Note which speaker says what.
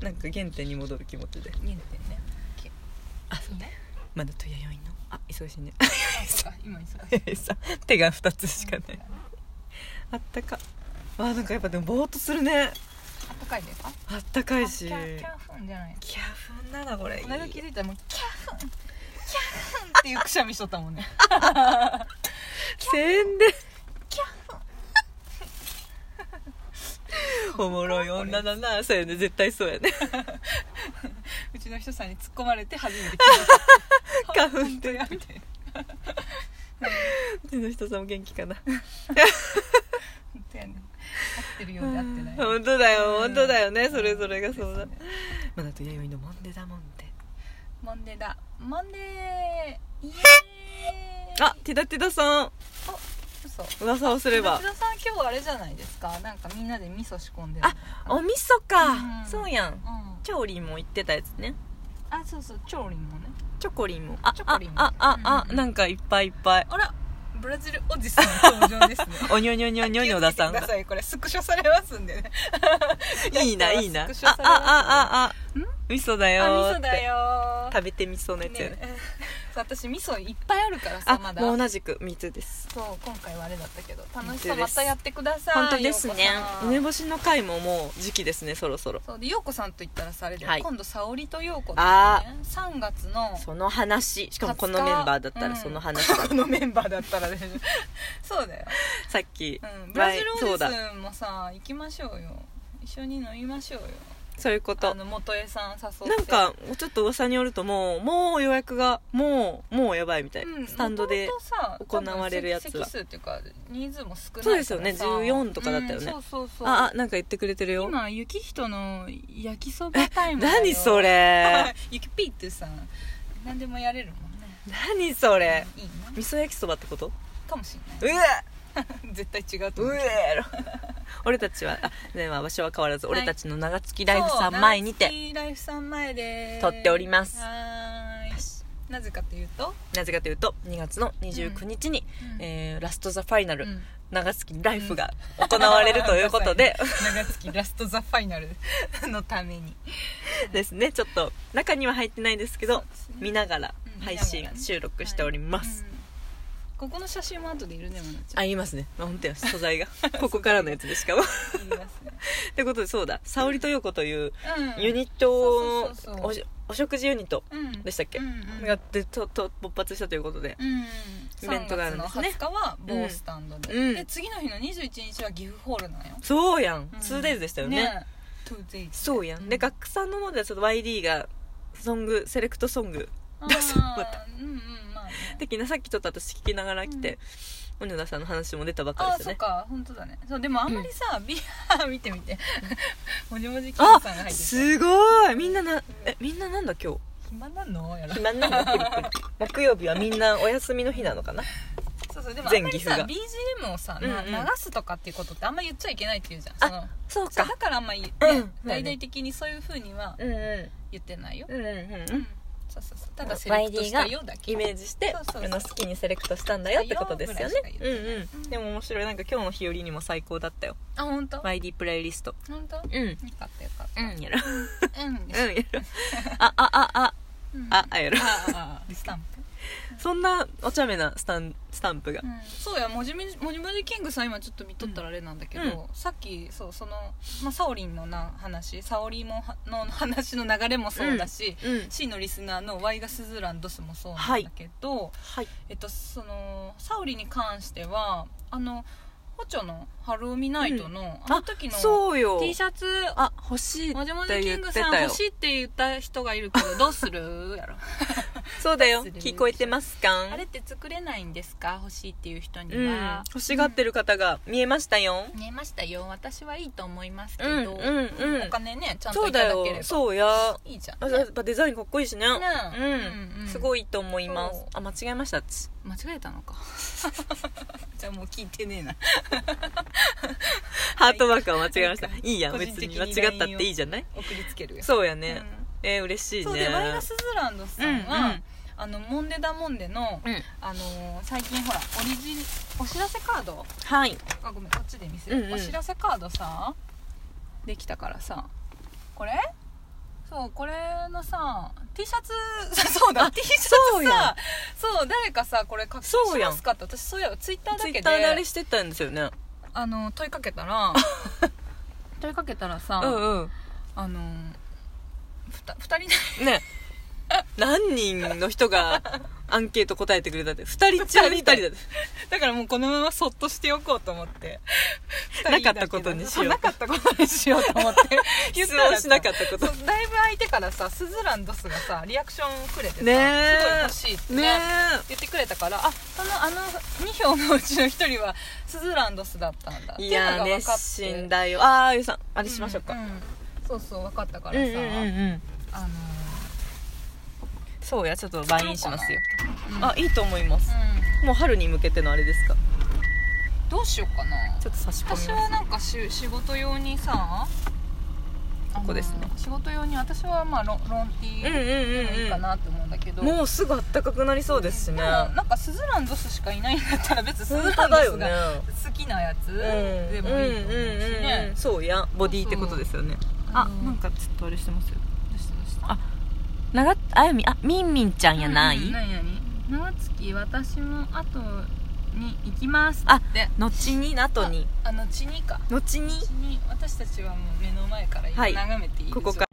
Speaker 1: なんか原点に戻る気持ちで
Speaker 2: 原点ね
Speaker 1: あ
Speaker 2: そうね
Speaker 1: まだとやよいのあ忙しいね
Speaker 2: 今忙し い
Speaker 1: さ手が2つしかないあったかあなんかやっぱでもぼーっとするね
Speaker 2: あったかいですか
Speaker 1: あったかいし
Speaker 2: キャキャフンじゃない
Speaker 1: キャフンなだこれ
Speaker 2: なんか気づいたらもうキャフンキャフンっていうくしゃみしとったもんね
Speaker 1: 宣伝
Speaker 2: キャ
Speaker 1: おもろい女だ なそうやね絶対そうやね
Speaker 2: うちの人さんに突っ込まれて初めて聞いた
Speaker 1: 花粉
Speaker 2: ってやみたいな
Speaker 1: うちの人さんも元気かな
Speaker 2: 本当やね合ってるようで合ってない
Speaker 1: 本当だよ本当だよね
Speaker 2: ん
Speaker 1: それぞれがそう
Speaker 2: で
Speaker 1: だ
Speaker 2: すね
Speaker 1: まあだと弥生のモンデだモンデ
Speaker 2: モンデーだモンデーイエーイ
Speaker 1: あティダティダさん
Speaker 2: 嘘
Speaker 1: 噂をすれば
Speaker 2: 松田さん今日あれじゃないですかなんかみんなで味噌仕込んでる
Speaker 1: あお味噌
Speaker 2: うん
Speaker 1: かそうやん
Speaker 2: うん
Speaker 1: チョコリンも言ってたやつね
Speaker 2: あそうそう調理もね
Speaker 1: チョコリンもあ
Speaker 2: チョコ
Speaker 1: あ
Speaker 2: リンも
Speaker 1: ああ
Speaker 2: うん
Speaker 1: あなんかいっぱいいっぱい
Speaker 2: あらブラジルおじさん登場ですね
Speaker 1: おにょにょにょにょにょださん
Speaker 2: 気を
Speaker 1: が
Speaker 2: つけてくださいこれスクショされますんでね
Speaker 1: いいないいなあ
Speaker 2: スクショ
Speaker 1: あ
Speaker 2: されます
Speaker 1: あああ
Speaker 2: ん
Speaker 1: 味噌だよ
Speaker 2: あ
Speaker 1: ーっ
Speaker 2: 味噌
Speaker 1: て
Speaker 2: だよー
Speaker 1: 食べて味噌のやつやね
Speaker 2: ね そう私味噌いっぱいあるからさ
Speaker 1: あ
Speaker 2: まだ
Speaker 1: もう同じく3つです
Speaker 2: そう今回はあれだったけど楽
Speaker 1: 本
Speaker 2: しさ
Speaker 1: 当で
Speaker 2: ますたやってください
Speaker 1: 本当ですね
Speaker 2: ようこさん
Speaker 1: 梅干しの回ももう時期ですねそろそろ
Speaker 2: そうで陽子さんと言ったらさあれで、
Speaker 1: はい
Speaker 2: 今度沙織と陽子って、ね、
Speaker 1: あ
Speaker 2: 3月の
Speaker 1: その話しかもこのメンバーだったらその話、
Speaker 2: うん このメンバーだったらねそうだよ、
Speaker 1: さっき、
Speaker 2: うん、ブラジル
Speaker 1: 前そ
Speaker 2: オ
Speaker 1: う
Speaker 2: デ
Speaker 1: だ
Speaker 2: スもさ行きましょうよ一緒に飲みましょうよ
Speaker 1: そういうこと
Speaker 2: あの元江さん誘って
Speaker 1: なんかちょっと噂によるともうもう予約がもうもうやばいみたい、
Speaker 2: うん
Speaker 1: スタンドで
Speaker 2: 元々さ
Speaker 1: 行われるやつは
Speaker 2: 多分席数っていうか人数も少ない
Speaker 1: そうですよね
Speaker 2: からさ
Speaker 1: 14とかだったよね
Speaker 2: うんそうそうそう
Speaker 1: ああなんか言ってくれてるよ
Speaker 2: 今雪人の焼きそばタイムだよ
Speaker 1: 何それ
Speaker 2: 雪ピーってさ何でもやれるもんね
Speaker 1: 何それ
Speaker 2: いいな
Speaker 1: 味噌焼きそばってこと
Speaker 2: かもしれないう
Speaker 1: え
Speaker 2: 絶対違うと
Speaker 1: う
Speaker 2: 思う
Speaker 1: えろ俺たちはあでは場所は変わらず、
Speaker 2: はい
Speaker 1: 俺たちの長月ライフさん前に
Speaker 2: そう
Speaker 1: て
Speaker 2: ナイスライフさん前で
Speaker 1: 撮っております
Speaker 2: はーいなぜかというと、
Speaker 1: なぜかというと2月の29日に、
Speaker 2: え
Speaker 1: えーラスト・ザ・ファイナル、
Speaker 2: うん
Speaker 1: 長月ライフが行われるということで、
Speaker 2: 長月ラストザファイナルのために
Speaker 1: ですねちょっと中には入ってないですけど
Speaker 2: そうですね
Speaker 1: 見ながら
Speaker 2: うん
Speaker 1: 配
Speaker 2: 見な
Speaker 1: 信
Speaker 2: がらね
Speaker 1: 収録しております、
Speaker 2: はいうんここの写真も後でいるねもなち
Speaker 1: あ
Speaker 2: ゃ
Speaker 1: 言いますね、まあ、本当や素材が ここからのやつでしかも っ
Speaker 2: んいますね
Speaker 1: てことでそうだ沙織と陽子という
Speaker 2: うん
Speaker 1: ユニットを
Speaker 2: そうそうそうそう
Speaker 1: おしお食事ユニット
Speaker 2: うん
Speaker 1: でしたっけ
Speaker 2: うんうん
Speaker 1: がでとと勃発したということで
Speaker 2: うん
Speaker 1: イベントがあるんですね
Speaker 2: 3月の20日は某スタンドで、
Speaker 1: うん
Speaker 2: で次の日の21日は岐阜ホールなんよ
Speaker 1: そうやん、
Speaker 2: うん
Speaker 1: 2days でしたよね
Speaker 2: トゥーデイズ
Speaker 1: そうやん、で
Speaker 2: うん
Speaker 1: 学さんの方ではちょっと YD がソングセレクトソング
Speaker 2: あ
Speaker 1: 出すま
Speaker 2: ーうんうんまあね
Speaker 1: 的なさっきちょっと私聞きながら来て、小野田さんの話も出たばっかりで
Speaker 2: あー
Speaker 1: す
Speaker 2: そ
Speaker 1: よ
Speaker 2: っ
Speaker 1: ね
Speaker 2: か本当だねそうでもあんまりさ、ビア見てみて もじもじキンさんが
Speaker 1: あ
Speaker 2: 入ってきて
Speaker 1: すごいみんななえみんななんだ今日
Speaker 2: 暇なのやろ
Speaker 1: 暇なのプリプリ木曜日はみんなお休みの日なのかな
Speaker 2: そうそうでもあんまりさ
Speaker 1: 全
Speaker 2: BGM をさ、な
Speaker 1: うんうん
Speaker 2: 流すとかっていうことってあんま言っちゃいけないっていうじゃん
Speaker 1: あ
Speaker 2: そ
Speaker 1: そ
Speaker 2: の
Speaker 1: う
Speaker 2: そう
Speaker 1: か
Speaker 2: だからあんまり、ね
Speaker 1: うん
Speaker 2: 大々的にそういうふうには
Speaker 1: うんうん
Speaker 2: 言ってないよ、
Speaker 1: うんうんう
Speaker 2: うん
Speaker 1: ん
Speaker 2: そうそうそうただセレクトしたよだけ
Speaker 1: イメージして
Speaker 2: そうそうそう
Speaker 1: 俺の好きにセレクトしたんだよってことですよね
Speaker 2: したよぐ
Speaker 1: う
Speaker 2: ら
Speaker 1: ん
Speaker 2: いしか言って
Speaker 1: うんでも面白いなんか今日の日和にも最高だったよ
Speaker 2: あ本当
Speaker 1: YD プレイリスト
Speaker 2: 本当よ
Speaker 1: うん
Speaker 2: かったよかっ
Speaker 1: うんやろ
Speaker 2: たうん
Speaker 1: うんやろああああ
Speaker 2: うん
Speaker 1: ああやろ
Speaker 2: あああスタンプ
Speaker 1: そんなお茶目なスタンスタンプが
Speaker 2: うんそうやもじもじもじもじキングさん今ちょっと見とったらあれなんだけど、
Speaker 1: うん
Speaker 2: さっきそうその、まあ、サオリンのな話サオリンもはの話の流れもそうだし、
Speaker 1: うん
Speaker 2: C のリスナーの「ワイがスズランドス」もそうなんだけど、
Speaker 1: はい
Speaker 2: えっとそのサオリンに関してはあのホチョの「ハルオミナイトの」あの時の
Speaker 1: そうよ
Speaker 2: T シャツ
Speaker 1: あ欲しいっ
Speaker 2: もじもじ
Speaker 1: て
Speaker 2: キ
Speaker 1: 言っ
Speaker 2: ング
Speaker 1: て
Speaker 2: さん
Speaker 1: たよ
Speaker 2: 欲しいって言った人がいるけどどうするやろ
Speaker 1: そうだよ
Speaker 2: どうする
Speaker 1: 聞こえてますか
Speaker 2: あれって作れないんですか欲しいっていう人に
Speaker 1: うん
Speaker 2: は、
Speaker 1: 欲しがってる方が見えましたよ
Speaker 2: 見えましたよ私はいいと思いますけ
Speaker 1: うんうん
Speaker 2: ど、
Speaker 1: うん
Speaker 2: お金ねちゃん
Speaker 1: そ
Speaker 2: と
Speaker 1: う
Speaker 2: いた
Speaker 1: だ
Speaker 2: だ
Speaker 1: よ
Speaker 2: ければ
Speaker 1: そうや
Speaker 2: いいじゃん
Speaker 1: あやっぱデザインかっこいいしね
Speaker 2: あ
Speaker 1: うん、
Speaker 2: うんうん
Speaker 1: すごいと思いま
Speaker 2: そ
Speaker 1: す
Speaker 2: う
Speaker 1: あ間違えましたっち
Speaker 2: 間違えた のかじゃあもう聞いてねえな
Speaker 1: ハートマークは間違えました、
Speaker 2: はい
Speaker 1: い、いやん
Speaker 2: 個人
Speaker 1: 別
Speaker 2: 的に
Speaker 1: に間違ったっていいじゃない
Speaker 2: 送りつけるよ
Speaker 1: そうや
Speaker 2: う
Speaker 1: ね、えー嬉しい
Speaker 2: ん
Speaker 1: ね
Speaker 2: そうでワイガスズランドさんは、
Speaker 1: うんうん
Speaker 2: あのモンデダモンデの、
Speaker 1: うん
Speaker 2: あのー最近ほらオリジお知らせカード
Speaker 1: はい
Speaker 2: あごめんこっちで見せる、
Speaker 1: うんうん
Speaker 2: お知らせカードさできたからさこれそうこれのさ T シャツ そうだ T シャツ
Speaker 1: そうやん
Speaker 2: さそう誰かさこれ書きし
Speaker 1: そうやん
Speaker 2: ますかって私そういえばツイッターだ
Speaker 1: ツイ
Speaker 2: け
Speaker 1: ッターであれ
Speaker 2: で
Speaker 1: してたんですよね
Speaker 2: あの問いかけ たら問いかけたらさ、
Speaker 1: うんうん
Speaker 2: あのふた二人で
Speaker 1: ね何人の人がアンケート答えてくれたって2人中2人だって
Speaker 2: だからもうこのままそっとしておこうと思って
Speaker 1: なかったことにしよう
Speaker 2: そうなかったことに しようと思って 言っ
Speaker 1: 質
Speaker 2: たら
Speaker 1: 問しなかったこと
Speaker 2: そうだいぶ相手からさスズランドスがさリアクションくれてさ、
Speaker 1: ねえ
Speaker 2: すごい欲しいってね
Speaker 1: ね
Speaker 2: 言ってくれたからあそのあの2票のうちの1人はスズランドスだったんだって
Speaker 1: えい
Speaker 2: いうの
Speaker 1: や
Speaker 2: が分か
Speaker 1: 熱
Speaker 2: って
Speaker 1: 心だよああゆうさんあれしましょうか、
Speaker 2: んんそうそう分かったか
Speaker 1: うん
Speaker 2: ら
Speaker 1: う
Speaker 2: さ、
Speaker 1: んうんうん
Speaker 2: あの
Speaker 1: そうやちょっとバインしますよ
Speaker 2: うん
Speaker 1: あいいと思います
Speaker 2: う
Speaker 1: もう春に向けてのあれですか
Speaker 2: んどうしようかな
Speaker 1: ちょっと差し込みます
Speaker 2: 私はなんかし仕事用にさあの
Speaker 1: ここですね
Speaker 2: 仕事用に私はまあロンロンティ
Speaker 1: うん
Speaker 2: ー
Speaker 1: うん
Speaker 2: がいいか
Speaker 1: うん
Speaker 2: なと思うんだけど、
Speaker 1: うんもうすぐあったかくなりそうですしね
Speaker 2: でもなんかスズランドスしかいないんだったら別にスズ
Speaker 1: 本
Speaker 2: ラ
Speaker 1: 当
Speaker 2: ンド
Speaker 1: だよ
Speaker 2: ス
Speaker 1: ね
Speaker 2: が好きなやつ
Speaker 1: うん
Speaker 2: でも
Speaker 1: うん
Speaker 2: いいと思うし
Speaker 1: うんうんう
Speaker 2: ね
Speaker 1: ん、そうやボディってことですよねあなんかちょっとあれしてますよ
Speaker 2: どうしたどうした
Speaker 1: あ長っあやみあみんみんちゃんやない、
Speaker 2: うんうん何やに長月私も後に行きます
Speaker 1: あ
Speaker 2: で
Speaker 1: 後に後に
Speaker 2: あのちにか
Speaker 1: 後に
Speaker 2: ちに私たちはもう目の前から今
Speaker 1: はい
Speaker 2: 眺めていいでしょ
Speaker 1: ここか